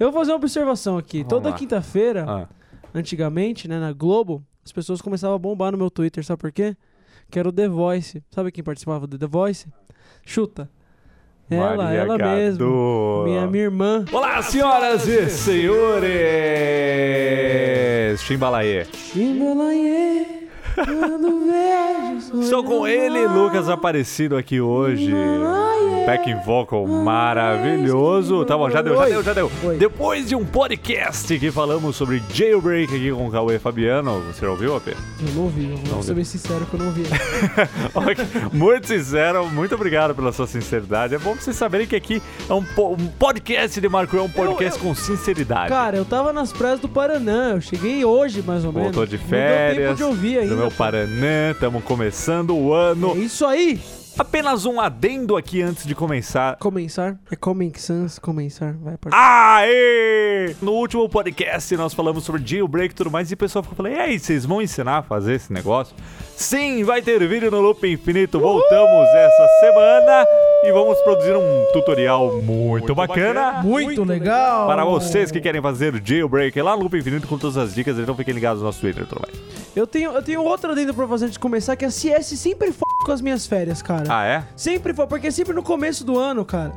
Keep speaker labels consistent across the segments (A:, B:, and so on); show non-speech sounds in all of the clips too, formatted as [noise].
A: Eu vou fazer uma observação aqui.
B: Vamos
A: Toda
B: lá.
A: quinta-feira,
B: Ah,
A: antigamente, né, na Globo, as pessoas começavam a bombar no meu Twitter, sabe por quê? Que era o The Voice. Sabe quem participava do The Voice? Chuta. Ela,
B: Maria
A: ela mesma.
B: Gadu.
A: Minha, minha irmã.
B: Olá, senhoras e senhores! Chimbalaê.
A: Himalaiê, quando vejo
B: Estou com ele, Lucas Aparecido, aqui hoje. Backing vocal maravilhoso. Tá bom, já deu, já
A: Oi.
B: deu, já deu.
A: Oi.
B: Depois de um podcast que falamos sobre jailbreak aqui com o Cauê Fabiano, você já ouviu, AP?
A: Eu não ouvi, eu vou ser bem sincero que eu não ouvi.
B: [laughs] Ok, muito sincero, muito obrigado pela sua sinceridade. É bom vocês saberem que aqui é um, po- um podcast de Marco, é um podcast com sinceridade.
A: Cara, eu tava nas praias do Paraná, eu cheguei hoje mais ou menos.
B: Voltou de
A: Não deu tempo
B: férias
A: de ouvir ainda.
B: do meu
A: pô.
B: Paranã, estamos começando o ano.
A: É isso aí!
B: Apenas um adendo aqui antes de começar
A: Começar. É Comic Sans, começar. Vai para.
B: Aê! No último podcast nós falamos sobre jailbreak e tudo mais, e o pessoal ficou falando: e aí, vocês vão ensinar a fazer esse negócio? Sim, vai ter vídeo no Loop Infinito. Voltamos essa semana e vamos produzir um tutorial muito, bacana.
A: muito, legal!
B: Para vocês que querem fazer o jailbreak lá no Loop Infinito com todas as dicas, então fiquem ligados no nosso Twitter e tudo mais.
A: Eu tenho, eu tenho outra dentro pra fazer antes de começar, que a CS sempre f com as minhas férias, cara.
B: Ah, é?
A: Sempre foi, porque é sempre no começo do ano, cara.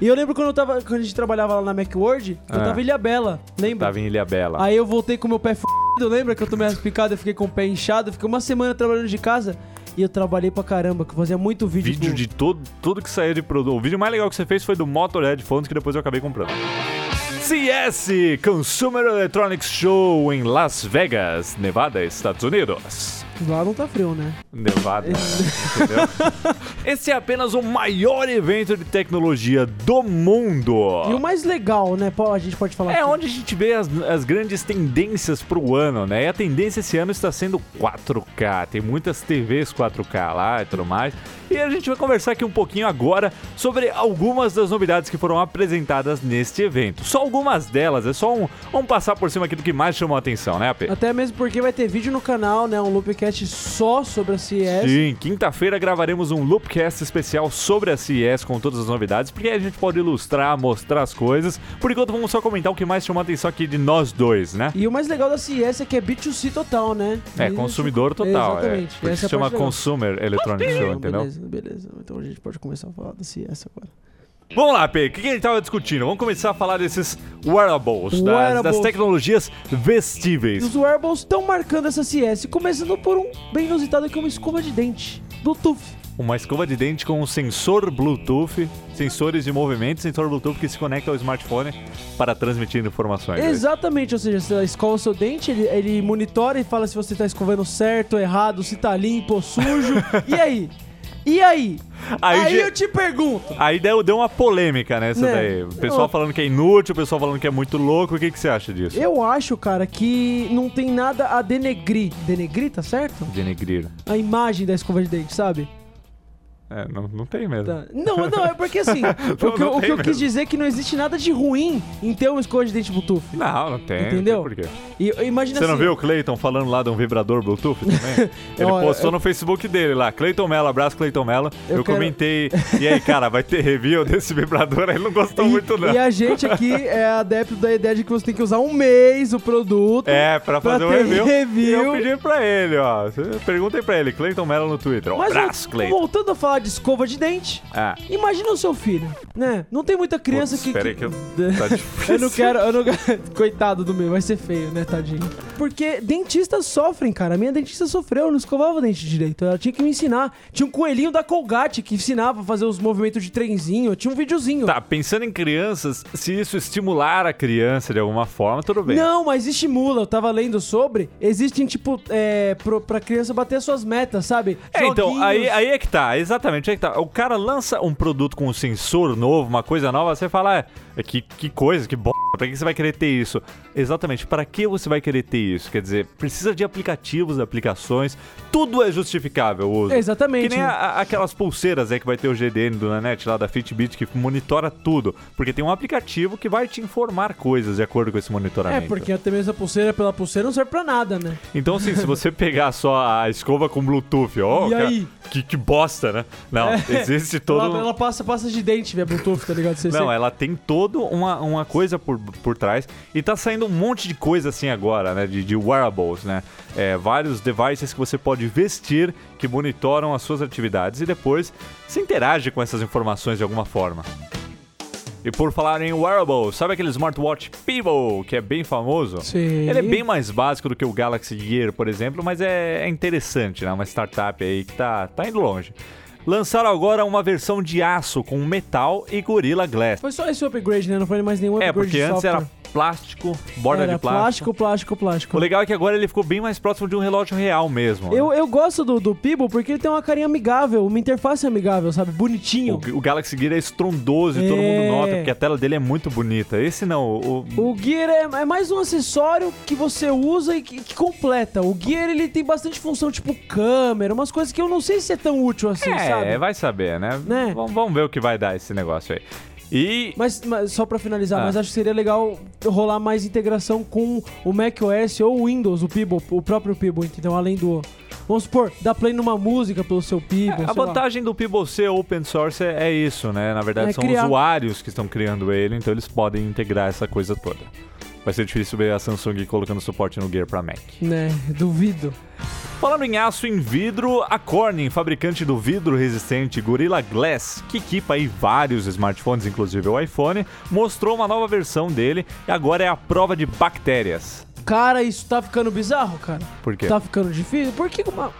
A: E eu lembro quando eu tava. Quando a gente trabalhava lá na Macworld, eu
B: Ah.
A: tava em Ilha Bela, lembra?
B: Tava em Ilha Bela.
A: Aí eu voltei com meu pé f***, lembra que eu tomei as picadas, eu fiquei com o pé inchado, eu fiquei uma semana trabalhando de casa e eu trabalhei pra caramba, que eu fazia muito vídeo.
B: Vídeo
A: pro-
B: de todo, tudo que saiu de produto. O vídeo mais legal que você fez foi do Motorhead Phones, que depois eu acabei comprando. CS, Consumer Electronics Show em Las Vegas, Nevada, Estados Unidos.
A: Lá não tá frio, né?
B: Nevada. entendeu? Esse é apenas o maior evento de tecnologia do mundo.
A: E o mais legal, né, Paulo, a gente pode falar
B: É
A: aqui.
B: onde a gente vê as, as grandes tendências pro ano, né? E a tendência esse ano está sendo 4K. Tem muitas TVs 4K lá e tudo mais. E a gente vai conversar aqui um pouquinho agora sobre algumas das novidades que foram apresentadas neste evento. Só algumas delas, é só um. Vamos passar por cima aqui do que mais chamou a atenção, né, AP?
A: Até mesmo porque vai ter vídeo no canal, né? Um loopcast só sobre a CS.
B: Sim, quinta-feira gravaremos um Loopcast especial sobre a CES com todas as novidades, porque aí a gente pode ilustrar, mostrar as coisas. Por enquanto, vamos só comentar o que mais chamou a atenção aqui de nós dois, né?
A: E o mais legal da CS é que é B2C total, né?
B: É,
A: E-
B: consumidor total.
A: Exatamente.
B: É.
A: Essa
B: Por isso
A: é a
B: se chama
A: parte legal.
B: Consumer Electronic Show,
A: Então,
B: entendeu?
A: beleza, beleza. Então a gente pode começar a falar da CS agora.
B: Vamos lá, P, o que que a gente tava discutindo? Vamos começar a falar desses wearables, das- Das,
A: Wearables.
B: tecnologias
A: E
B: vestíveis.
A: os wearables estão marcando essa CS, começando por um bem inusitado que é uma escova de dente. Bluetooth.
B: Uma escova de dente com um sensor Bluetooth, sensores de movimento, sensor Bluetooth que se conecta ao smartphone para transmitir informações.
A: Exatamente, ou seja, você escova o seu dente, ele, ele monitora e fala se você tá escovando certo, errado, se tá limpo ou
B: [laughs]
A: sujo. e aí? E aí?
B: Aí ge-
A: eu te pergunto.
B: Aí deu, deu uma polêmica nessa
A: Né?
B: daí. O pessoal
A: Eu-
B: falando que é inútil, o pessoal falando que é muito louco. O que, que você acha disso?
A: Eu acho, cara, que não tem nada a denegrir. Denegrir, tá certo?
B: Denegrir.
A: A imagem da escova de dente, sabe?
B: É, não, não tem mesmo.
A: Tá. Não, não, é porque
B: [laughs]
A: assim, o que, eu-
B: não
A: o que
B: tem
A: eu quis
B: mesmo.
A: dizer é que não existe nada de ruim em ter uma escova de dente Bluetooth.
B: Não, não tem.
A: Entendeu?
B: Não tem É, por quê.
A: E eu- imagina
B: Você não
A: assim,
B: viu o Clayton falando lá de um vibrador Bluetooth
A: [laughs]
B: também? Ele
A: Olha,
B: postou
A: eu-
B: no Facebook dele lá, Clayton Mello, abraço Clayton Mello. Eu,
A: Eu quero-
B: comentei, e aí, cara, vai ter review desse vibrador? Aí ele não gostou
A: e,
B: muito, né? não.
A: e a gente aqui é adepto da ideia de que você tem que usar um mês o produto.
B: É, pra
A: pra
B: fazer um
A: ter
B: review. E
A: review.
B: eu pedi pra ele, ó. Perguntei pra ele, Clayton Mello no Twitter. ó,
A: Mas vo-
B: um abraço, Clayton.
A: voltando a falar de escova de dente,
B: Ah.
A: imagina o seu filho, né? Não tem muita criança
B: Putz,
A: que.
B: Espera aí
A: [laughs]
B: que eu... tá difícil.
A: Eu
B: [laughs]
A: não quero, eu não quero- [laughs] Coitado do meu, vai ser feio, né, tadinho? Porque dentistas sofrem, cara. A minha dentista sofreu, eu não escovava o dente direito. Ela tinha que me ensinar. Tinha um coelhinho da Colgate que ensinava a fazer os movimentos de trenzinho. Tinha um videozinho.
B: Tá, pensando em crianças, se isso estimular a criança de alguma forma, tudo bem.
A: Não, mas estimula. Eu tava lendo sobre. Existem, tipo, é, pro, pra criança bater as suas metas, sabe?
B: É, então,
A: Joguinhos.
B: aí, aí é que tá, exatamente, aí que tá. O cara lança um produto com um sensor novo, uma coisa nova, você fala, "Ah, que, que coisa, que bosta, pra que você vai querer ter isso? Exatamente, pra que você vai querer ter isso? Quer dizer, precisa de aplicativos, aplicações, tudo é justificável o uso.
A: Exatamente.
B: Que nem a- a- aquelas pulseiras aí que vai ter o GDN do Nanet lá da Fitbit, que monitora tudo, porque tem um aplicativo que vai te informar coisas de acordo com esse
A: É,
B: monitoramento.
A: porque até mesmo a pulseira pela pulseira não serve pra nada, né?
B: Então, assim, se você pegar só a escova com Bluetooth, ó,
A: E
B: cara,
A: aí? É.
B: Que, que bosta, né? Não, existe todo.
A: Ela, ela passa, passa de dente, via Bluetooth, tá ligado? Você-
B: Não,
A: você-
B: é. ela tem toda uma, uma coisa por, por trás. E tá saindo um monte de coisa assim agora, né? De, de wearables, né? É, vários devices que você pode vestir que monitoram as suas atividades e depois se interage com essas informações de alguma forma. E por falar em wearable, sabe aquele smartwatch Pebble, que é bem famoso?
A: Sim.
B: Ele é bem mais básico do que o Galaxy Gear, por exemplo, mas é, é interessante, né? Uma startup aí que tá, tá indo longe. Lançaram agora uma versão de aço com metal e Gorilla Glass.
A: Foi só esse upgrade, né? Não foi mais nenhum upgrade
B: É, porque
A: de
B: antes
A: software.
B: era plástico, borda
A: Era
B: de plástico.
A: plástico, plástico, plástico.
B: O legal é que agora ele ficou bem mais próximo de um relógio real mesmo. né?
A: Eu, eu gosto do, do Pebble porque ele tem uma carinha amigável, uma interface amigável, sabe? Bonitinho.
B: O, o Galaxy Gear é estrondoso e todo
A: É.
B: mundo nota, porque a tela dele é muito bonita. Esse não, o,
A: O Gear é, é mais um acessório que você usa e que, que completa. O Gear ele tem bastante função, tipo câmera, umas coisas que eu não sei se é tão útil assim,
B: é,
A: sabe?
B: vai saber, né?
A: Né?
B: Vamos, vamos ver o que vai dar esse negócio aí. E
A: Mas, mas só pra finalizar,
B: Ah.
A: mas acho que seria legal rolar mais integração com o macOS ou o Windows, o Pebble, o próprio Pebble, entendeu? Além do. Vamos supor, dá play numa música pelo seu Pebble. sei
B: É, a
A: lá.
B: vantagem do Pebble ser open source é, é isso, né? Na verdade,
A: É
B: são
A: criar-
B: usuários que estão criando ele, então eles podem integrar essa coisa toda. Vai ser difícil ver a Samsung colocando suporte no Gear pra Mac.
A: Né, duvido.
B: Falando em aço e em vidro, a Corning, fabricante do vidro resistente Gorilla Glass, que equipa aí vários smartphones, inclusive o iPhone, mostrou uma nova versão dele e agora é a prova de bactérias.
A: Cara, isso tá ficando bizarro, cara.
B: Por quê?
A: Tá ficando difícil? Por que uma...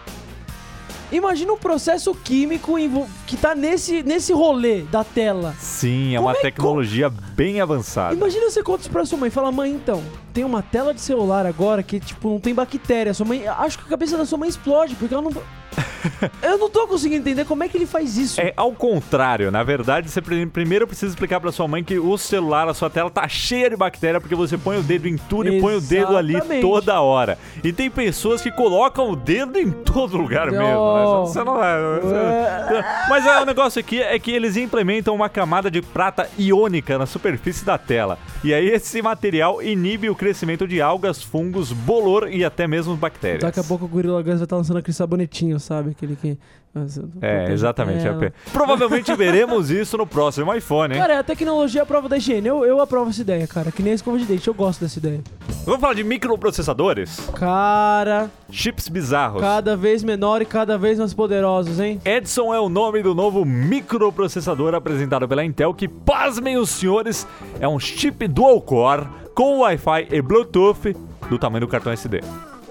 A: Imagina um processo químico envol- que tá nesse, nesse rolê da tela.
B: Sim, é
A: Como
B: uma
A: é que-
B: tecnologia bem avançada.
A: Imagina você conta isso pra sua mãe e fala, mãe, então, tem uma tela de celular agora que, tipo, não tem bactéria. Sua mãe. Acho que a cabeça da sua mãe explode, porque ela não. tá
B: [laughs]
A: Eu não tô conseguindo entender como é que ele faz isso.
B: É ao contrário, na verdade, você pri- primeiro precisa explicar pra sua mãe que o celular, a sua tela tá cheia de bactéria porque você põe o dedo em tudo e põe o dedo ali
A: Exatamente.
B: toda hora. E tem pessoas que colocam o dedo em todo lugar mesmo, né?
A: Oh.
B: Você não vai. você- Mas é, o negócio aqui é que eles implementam uma camada de prata iônica na superfície da tela. E aí esse material inibe o crescimento de algas, fungos, bolor e até mesmo bactérias.
A: Daqui a pouco o Gorilla Guns vai estar lançando aquele sabonetinho, sabe? Aquele que. um
B: É, exatamente.
A: É,
B: é. Provavelmente veremos isso no próximo iPhone, hein?
A: Cara, é a tecnologia à prova da higiene. Eu, eu aprovo essa ideia, cara. Que nem a escova de dente. Eu gosto dessa ideia.
B: Vamos falar de microprocessadores?
A: Cara,
B: Chips bizarros.
A: cada vez menor e cada vez mais poderosos, hein?
B: Edson é o nome do novo microprocessador apresentado pela Intel, que, pasmem os senhores, é um chip dual-core com Wi-Fi e Bluetooth do tamanho do cartão SD.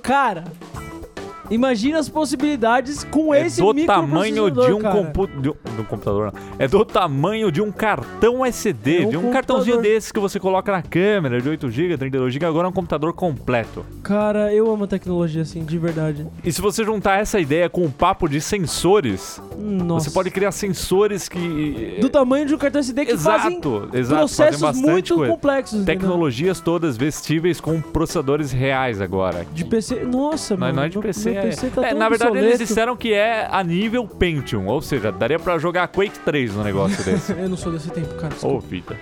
A: Cara, imagina as possibilidades com
B: É
A: esse
B: do tamanho de
A: microprocessador,
B: um,
A: cara.
B: compu- de um- de um computador, não. É do tamanho de um cartão SD,
A: É um
B: de um cartãozinho
A: computador.
B: desse que você coloca na câmera, de 8GB, 32GB, agora é um computador completo.
A: Cara, eu amo a tecnologia assim, de verdade.
B: E se você juntar essa ideia com o papo de sensores,
A: Nossa.
B: Você pode criar sensores que. eh,
A: Do tamanho de um cartão SD que fazem
B: exato, exato.
A: processos
B: fazem bastante
A: muito
B: coisa.
A: complexos. entendeu?
B: Tecnologias todas vestíveis com processadores reais agora.
A: De PC. Nossa,
B: Não,
A: mano.
B: não é de
A: meu-
B: PC,
A: meu
B: é.
A: PC tá
B: é,
A: tão
B: na verdade,
A: obsoleto.
B: eles disseram que é a nível Pentium, ou seja, daria pra jogar Quake 3
A: [laughs]
B: no negócio desse.
A: Eu não sou desse tempo, cara.
B: Ô, vida.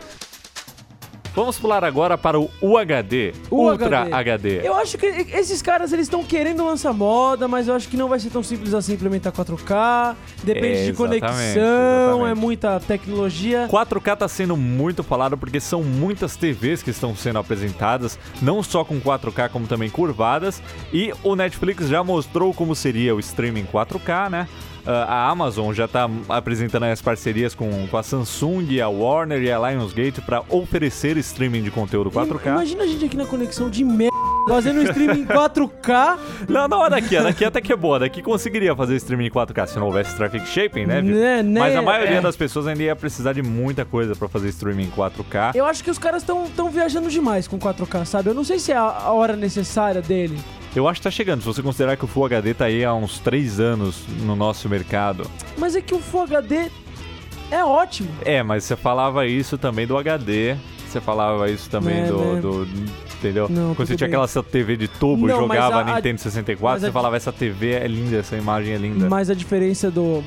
B: Vamos pular agora para o UHD, Ultra
A: UHD.
B: HD.
A: Eu acho que esses caras eles estão querendo lançar moda, mas eu acho que não vai ser tão simples assim implementar 4K. Depende
B: É,
A: de conexão,
B: exatamente,
A: é
B: exatamente.
A: muita tecnologia.
B: 4K tá sendo muito falado porque são muitas TVs que estão sendo apresentadas, não só com 4K, como também curvadas. E o Netflix já mostrou como seria o streaming 4K, né? Ah, a Amazon já tá apresentando as parcerias com, com a Samsung, a Warner e a Lionsgate para oferecer streaming de conteúdo 4K.
A: Imagina a gente aqui na conexão de merda. Fazendo um streaming em 4K,
B: Não, não, a daqui, a daqui até que é boa. A daqui conseguiria fazer streaming em 4K se não houvesse traffic shaping, né? Vitor?
A: Né, né,
B: Mas a maioria
A: é.
B: das pessoas ainda ia precisar de muita coisa para fazer streaming em 4K.
A: eu acho que os caras estão viajando demais com 4K, sabe? Eu não sei se é a- a hora necessária dele.
B: Eu acho que tá chegando. Se você considerar que o Full HD tá aí há uns 3 anos no nosso mercado.
A: Mas é que o Full HD é ótimo.
B: É, mas você falava isso também do HD. Você falava isso também
A: É,
B: do,
A: né?
B: do- Entendeu?
A: Não,
B: Quando você
A: tudo
B: tinha
A: bem.
B: aquela sua TV de tubo e
A: Não, mas
B: jogava
A: a- a-
B: Nintendo 64,
A: mas
B: você
A: a-
B: falava, essa TV é linda, essa imagem é linda.
A: Mas a diferença do.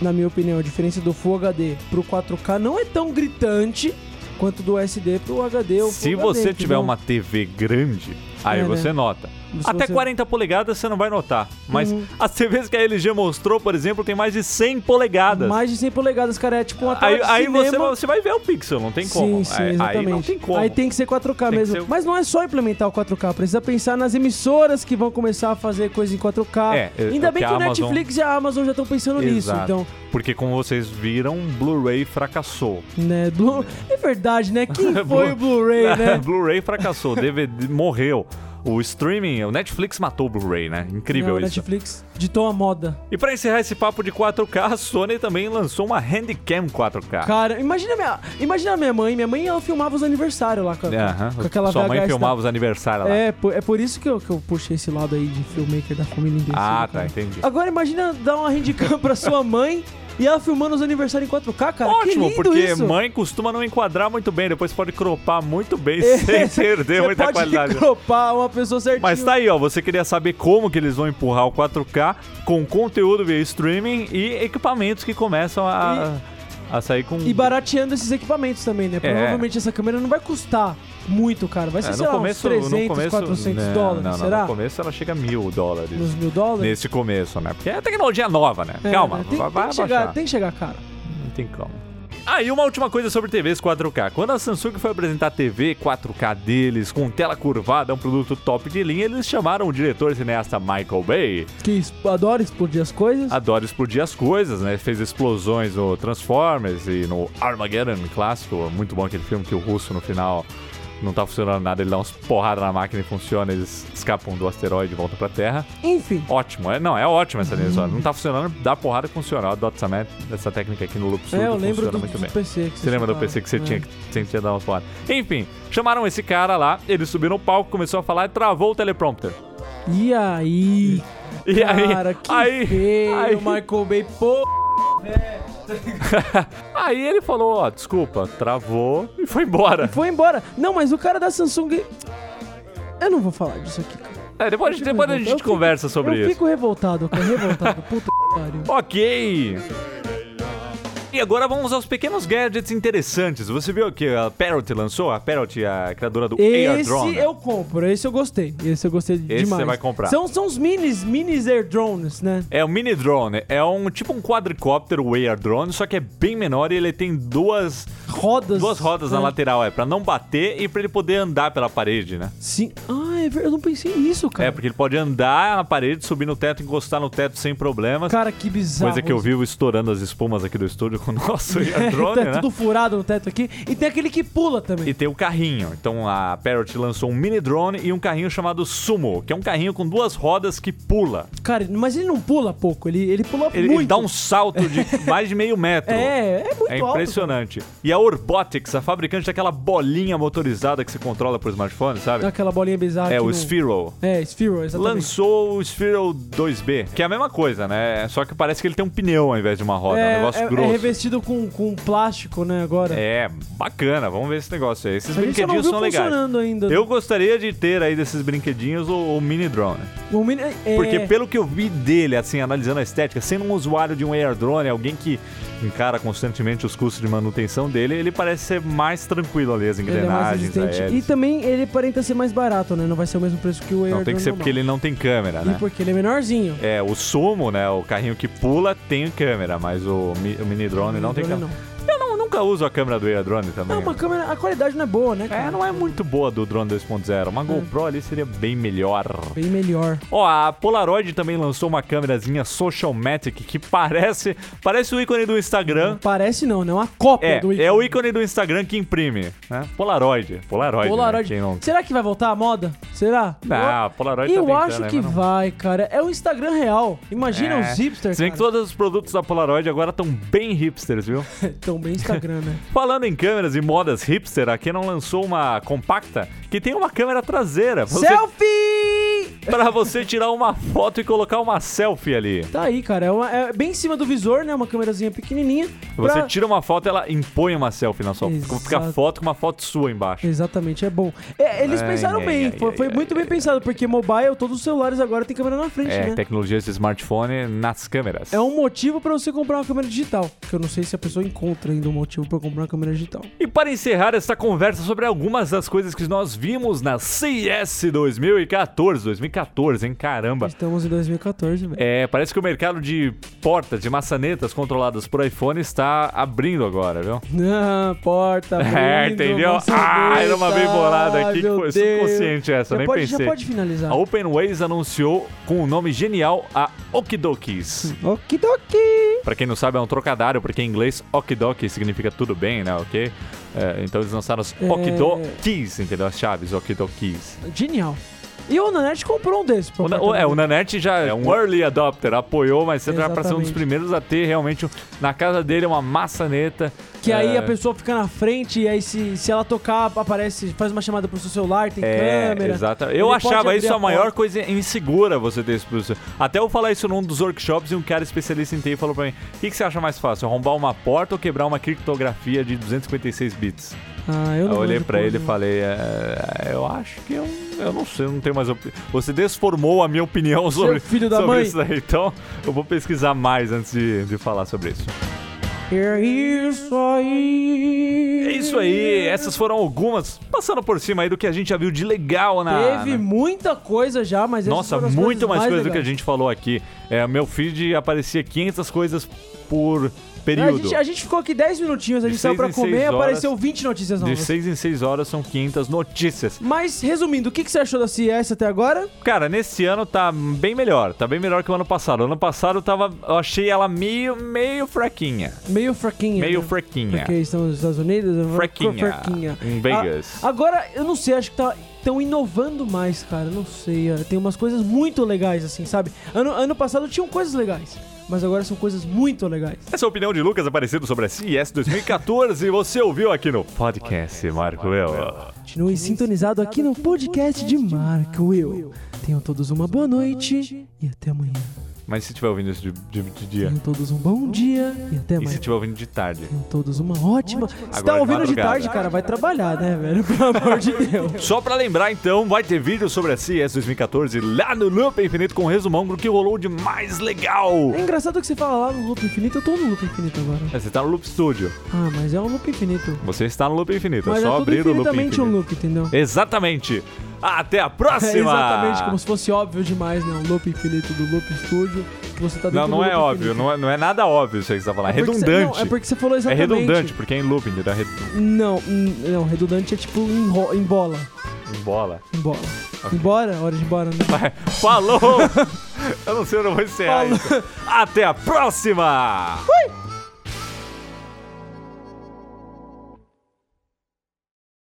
A: Na minha opinião, a diferença do Full HD pro 4K não é tão gritante quanto do SD pro HD. Ou
B: Se
A: Full HD,
B: você tiver
A: entendeu?
B: uma TV grande, aí
A: É, né?
B: você nota.
A: Se
B: Até
A: você- Uhum.
B: 40 polegadas você não vai notar. Mas as TVs que a LG mostrou, por exemplo, tem mais de 100 polegadas.
A: Mais de 100 polegadas, cara. É tipo uma tela
B: Aí,
A: de
B: aí você,
A: cinema.
B: você vai ver o pixel, não tem como.
A: Sim, sim,
B: É,
A: exatamente.
B: aí não tem como.
A: Aí tem que ser 4K
B: que
A: mesmo.
B: ser o-
A: Mas não é só implementar o 4K, precisa pensar nas emissoras que vão começar a fazer coisa em 4K.
B: É, é,
A: Ainda bem
B: o que
A: que
B: a
A: o
B: Amazon-
A: Netflix e a Amazon já estão pensando nisso,
B: Exato.
A: então,
B: Porque como vocês viram, Blu-ray fracassou.
A: né, Blu- é verdade,
B: [laughs]
A: né? Quem foi o Blu-ray,
B: É
A: né?
B: Blu-ray fracassou, DVD morreu. O streaming, o Netflix matou o Blu-ray, né? Incrível
A: Não, o
B: isso.
A: Netflix ditou a moda.
B: E pra encerrar esse papo de 4K, a Sony também lançou uma Handycam 4K.
A: Cara, imagina minha, imagina minha mãe. Minha mãe, ela filmava os aniversários lá com, a-
B: É, Aham.
A: com aquela
B: Sua
A: VHS
B: mãe
A: da-
B: filmava os aniversários lá.
A: É, por- é por isso que eu, que eu puxei esse lado aí de filmmaker da família imbecil.
B: ah, tá,
A: cara.
B: entendi.
A: Agora imagina dar uma handicam pra sua mãe e ela filmando os aniversários em 4K, cara. que
B: Ótimo,
A: lindo
B: porque
A: isso. [laughs]
B: mãe costuma não enquadrar muito bem, depois pode cropar muito bem sem perder
A: É, [laughs] Você
B: muita
A: pode
B: qualidade.
A: cropar uma pessoa certinha.
B: Mas tá aí, ó. Você queria saber como que eles vão empurrar o 4K com conteúdo via streaming e equipamentos que começam a, a sair com.
A: E barateando esses equipamentos também, né?
B: É.
A: Provavelmente essa câmera não vai custar muito, cara. Vai ser,
B: É,
A: sei lá, uns 300, 400
B: não,
A: dólares,
B: né, não, não,
A: será?
B: No começo ela chega a mil dólares.
A: Nos mil dólares?
B: Nesse começo, né? Porque é tecnologia nova, né?
A: É,
B: Calma,
A: né? tem,
B: vai,
A: tem
B: vai
A: que chegar,
B: baixar.
A: tem que chegar, cara.
B: Não tem como. Ah, e uma última coisa sobre TVs 4K. Quando a Samsung foi apresentar a TV 4K deles, com tela curvada, um produto top de linha, eles chamaram o diretor cineasta Michael Bay
A: Que es- adora explodir as coisas.
B: adora explodir as coisas, né? Fez explosões no Transformers e no Armageddon clássico. Muito bom aquele filme que o russo no final não tá funcionando nada, ele dá uns porrada na máquina e funciona, eles escapam do asteroide e voltam pra Terra.
A: Enfim.
B: Ótimo, é, não, é ótimo essa trilha sonora. Não tá funcionando, dá porrada e funciona. Eu adoro essa, met- essa técnica aqui no loop surdo,
A: É, eu lembro
B: funciona
A: do,
B: muito
A: do
B: bem.
A: PC. Que
B: Você lembra do
A: chamaram,
B: PC que você
A: né?
B: tinha que sempre tinha dado umas porradas? Enfim, chamaram esse cara lá, ele subiu no palco, começou a falar e travou o teleprompter.
A: E aí?
B: E aí-
A: cara, que
B: aí-
A: feio,
B: aí-
A: Michael Bay, pô.
B: Aí ele falou, ó, desculpa, travou e foi embora.
A: Foi embora. Não, mas o cara da Samsung. Eu não vou falar disso aqui, cara.
B: [laughs] É, depois,
A: Eu fico
B: depois a
A: revoltado.
B: gente
A: Eu fico-
B: conversa sobre
A: Eu
B: isso.
A: fico revoltado, cara.
B: [laughs]
A: Revoltado. Puta que pariu.
B: Ok! E agora vamos aos pequenos gadgets interessantes. Você viu que a Parrot lançou? A Parrot, a criadora do AirDrone.
A: Esse eu compro, esse eu gostei. Esse eu gostei
B: Esse
A: demais.
B: você vai comprar.
A: São, são os minis, minis air drones, né?
B: É um mini drone, é um tipo um quadricóptero o AirDrone, só que é bem menor e ele tem duas,
A: Rodas.
B: duas rodas na
A: né?
B: lateral, é, pra não bater e pra ele poder andar pela parede, né?
A: Sim. Ah, é verdade. Eu não pensei nisso, cara.
B: É, porque ele pode andar na parede, subir no teto, encostar no teto sem problemas.
A: Cara, que bizarro.
B: Coisa que eu vivo estourando as espumas aqui do estúdio com
A: [laughs]
B: o nosso
A: tá
B: drone, né?
A: tudo furado no teto aqui. E tem aquele que pula também.
B: E tem o carrinho. Então a Parrot lançou um mini drone e um carrinho chamado Sumo, que é um carrinho com duas rodas que pula.
A: Cara, mas ele não pula pouco, ele, ele pula
B: Ele, ele
A: muito.
B: dá um salto
A: [laughs]
B: de mais de meio metro.
A: É, é muito
B: É
A: alto.
B: impressionante. E a Orbotics, a fabricante daquela bolinha motorizada que se controla por smartphone, sabe?
A: Dá aquela bolinha bizarra.
B: É
A: que
B: o
A: não-
B: Sphero.
A: É, Sphero, Tá exatamente.
B: Lançou o Sphero 2B, que é a mesma coisa, né? Só que parece que ele tem um pneu ao invés de uma roda,
A: é,
B: um negócio
A: é- é
B: grosso.
A: revestido com, com plástico, né, agora.
B: É, bacana, vamos ver esse negócio aí. Esses
A: A gente só não
B: brinquedinhos
A: viu
B: são legais.
A: funcionando né? ainda.
B: Eu gostaria de ter aí desses brinquedinhos o, o mini drone.
A: O mini- é-
B: Porque pelo que eu vi dele, assim, analisando a estética, sendo um usuário de um AirDrone, alguém que encara constantemente os custos de manutenção dele, ele parece ser mais tranquilo ali, as
A: Ele é mais
B: engrenagens, a
A: resistente. E
B: hélice.
A: também ele aparenta ser mais barato, né? Não vai ser o mesmo preço que o Air
B: Não tem que ser porque ele não tem câmera,
A: E
B: né?
A: porque ele é menorzinho.
B: É, o Sumo, né, o carrinho que pula, tem câmera, mas o, mi- o mini drone não tem
A: Drone,
B: câmera. Eu não- nunca uso a câmera do AirDrone também. né?
A: Não, uma câmera, a qualidade não é boa, né, cara?
B: É, não é muito boa do drone 2.0.
A: Hum.
B: Uma GoPro ali seria bem melhor.
A: Bem melhor.
B: Ó, a Polaroid também lançou uma câmerazinha Social Matic que parece, parece o ícone do Instagram.
A: Parece não, né? É uma cópia
B: É,
A: do
B: é o ícone do Instagram que imprime, né? Polaroid. Polaroid.
A: Polaroid.
B: Né? Quem não...
A: Será que vai voltar a moda? Será?
B: Não, a Polaroid tá
A: Eu
B: tentando,
A: acho
B: né,
A: que
B: mas não.
A: vai, cara. É o Instagram real. Imagina
B: É.
A: os hipsters,
B: Se bem que
A: cara.
B: todos os produtos da Polaroid agora estão bem hipsters,
A: [laughs]
B: viu?
A: Tão bem Instagram, né?
B: Falando em câmeras e modas hipster, a Canon lançou uma compacta que tem uma câmera traseira. pra [laughs] você-
A: Selfie!
B: [laughs] Pra você tirar uma foto e colocar uma selfie ali.
A: Tá aí, cara. É, uma- é bem em cima do visor, né? Uma câmerazinha pequenininha.
B: Você
A: pra-
B: tira uma foto, ela impõe uma selfie na sua.
A: Exato.
B: Fica a foto com uma foto sua embaixo.
A: Exatamente, é bom. É, eles
B: Ai,
A: pensaram
B: ai,
A: bem,
B: ai,
A: foi,
B: ai,
A: foi
B: ai,
A: muito bem pensado, porque mobile, todos os celulares agora tem câmera na frente,
B: É,
A: né?
B: tecnologias de smartphone nas câmeras.
A: É um motivo pra você comprar uma câmera digital. Que eu não sei se a pessoa encontra ainda um motivo pra comprar uma câmera digital.
B: E para encerrar esta conversa sobre algumas das coisas que nós vimos na CS 2014, 2014 2014, hein? Caramba.
A: Estamos em 2014, velho.
B: É, parece que o mercado de portas, de maçanetas controladas por iPhone está abrindo agora, viu?
A: Ah, porta,
B: É,
A: abrindo,
B: entendeu?
A: maçaneta.
B: Ah, era uma bem bolada aqui.
A: Ai,
B: que
A: meu
B: foi
A: Deus.
B: subconsciente essa,
A: já
B: nem
A: pode,
B: pensei.
A: Já pode finalizar.
B: A OpenWays anunciou com o nome genial a Okidokis.
A: Okidoki.
B: Pra quem não sabe, é um trocadilho, porque em inglês Okidoki significa tudo bem, né? Ok? É, então eles lançaram as
A: É.
B: Okidokis, entendeu? As chaves Okidokis.
A: Genial. E o Nanete comprou um desses. pro
B: O, Na- o- é,
A: apartamento.
B: o Nanete já é um early adopter, apoiou, mas você tá pra ser um dos
A: Exatamente.
B: primeiros a ter realmente um- na casa dele uma maçaneta.
A: Que aí
B: é,
A: a pessoa fica na frente e aí se, se ela tocar, aparece, faz uma chamada pro seu celular, tem
B: É,
A: câmera.
B: exato.
A: Ele
B: Eu
A: pode
B: achava
A: abrir
B: isso a,
A: a
B: maior
A: porta.
B: coisa insegura você ter isso pro seu. Até eu falar isso num dos workshops e um cara especialista em TI falou pra mim: o que, que você acha mais fácil, arrombar uma porta ou quebrar uma criptografia de 256 bits?
A: Ah, eu
B: Eu,
A: não
B: olhei
A: manjo
B: pra
A: porra
B: ele e
A: nenhuma.
B: falei: "É, eu acho que eu, eu não sei, eu não tenho mais. Op... Você desformou a minha opinião sobre,
A: filho da
B: sobre
A: mãe.
B: isso daí. Então eu vou pesquisar mais antes de, de falar sobre isso.
A: É isso aí.
B: É isso aí, essas foram algumas, passando por cima aí do que a gente já viu de legal na.
A: Teve
B: na-
A: muita coisa já, mas essas
B: Nossa,
A: foram as
B: muito
A: coisas
B: mais, coisa do que a
A: legais.
B: gente falou aqui. É, meu feed aparecia 500 coisas por
A: A
B: período.
A: gente, a gente ficou aqui 10 minutinhos, a
B: De
A: gente saiu
B: seis
A: pra
B: em
A: comer
B: seis
A: e
B: horas.
A: apareceu 20 notícias
B: De
A: novas.
B: 6 em 6 horas são 500 notícias.
A: Mas, resumindo, o que, que você achou da CES até agora?
B: Cara, nesse ano tá bem melhor. Tá bem melhor que o ano passado. Ano passado eu, tava, eu achei ela meio, meio fraquinha.
A: Meio fraquinha.
B: Meio
A: né?
B: fraquinha.
A: Porque estamos nos Estados Unidos. eu vou-
B: Fraquinha.
A: fraquinha.
B: Em Vegas.
A: A- agora, eu não sei, acho que tá estão inovando mais, cara. eu Não sei. é, Tem umas coisas muito legais, assim, sabe? Ano, ano passado tinham coisas legais, mas agora são coisas muito legais.
B: Essa é a opinião de Lucas Aparecido sobre a CES 2014 e você ouviu aqui no podcast, Marco Eu.
A: Continue sintonizado aqui no podcast de Marco Will. Tenham todos uma boa noite e até amanhã.
B: Mas se tiver ouvindo isso de, de- de dia,
A: Tenham todos um bom dia e até
B: e se
A: amanhã.
B: tiver ouvindo de tarde,
A: Tenham todos uma ótima. Se
B: Agora
A: tá
B: de
A: ouvindo de
B: madrugada.
A: tarde, cara, vai trabalhar, né, velho? [laughs] Pelo amor de Deus.
B: Só pra lembrar, então, vai ter vídeo sobre a CES 2014 lá no Loop Infinito com um resumão do que rolou de mais legal.
A: É engraçado que você fala lá no loop infinito, eu tô no loop infinito agora.
B: É, Você tá no Loop Studio.
A: Ah, mas é um loop infinito.
B: Você está no Loop Infinito.
A: mas
B: é só
A: é tudo
B: abrir o Loop
A: infinitamente
B: Infinito.
A: um loop, entendeu?
B: Exatamente. Até a próxima.
A: É exatamente, como se fosse óbvio demais, né? Um loop infinito do loop estúdio. que Você tá dentro
B: Não,
A: do
B: não é
A: loop
B: óbvio.
A: infinito.
B: Não é, não é nada óbvio isso aí que você tá falando. É,
A: Porque você-
B: redundante.
A: não, é porque você falou
B: É
A: exatamente.
B: redundante, porque é em looping, ele dá red...
A: Não, n- não, redundante é tipo em, ro- em bola.
B: em bola.
A: Em bola. Embora? Hora de ir embora, né? [laughs]
B: Falou! eu não sei, eu não vou encerrar isso. Até a próxima!